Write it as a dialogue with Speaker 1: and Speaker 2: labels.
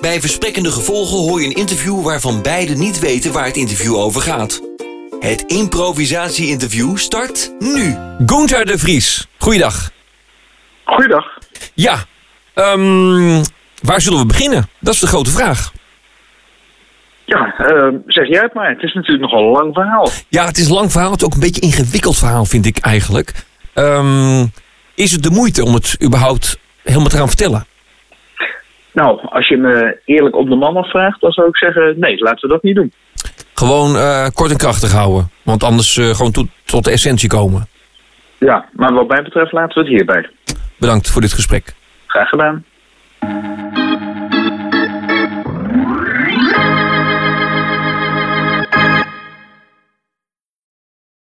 Speaker 1: Bij versprekkende gevolgen hoor je een interview waarvan beiden niet weten waar het interview over gaat. Het improvisatie-interview start nu. Gunther de Vries, goeiedag.
Speaker 2: Goeiedag.
Speaker 1: Ja, ehm, waar zullen we beginnen? Dat is de grote vraag.
Speaker 2: Ja, eh, zeg jij het maar. Het is natuurlijk nogal een lang verhaal.
Speaker 1: Ja, het is een lang verhaal. Het is ook een beetje een ingewikkeld verhaal, vind ik eigenlijk. Ehm, is het de moeite om het überhaupt helemaal te gaan vertellen?
Speaker 2: Nou, als je me eerlijk op de man afvraagt, dan zou ik zeggen: nee, laten we dat niet doen.
Speaker 1: Gewoon eh, kort en krachtig houden. Want anders eh, gewoon tot, tot de essentie komen.
Speaker 2: Ja, maar wat mij betreft laten we het hierbij.
Speaker 1: Bedankt voor dit gesprek.
Speaker 2: Graag gedaan.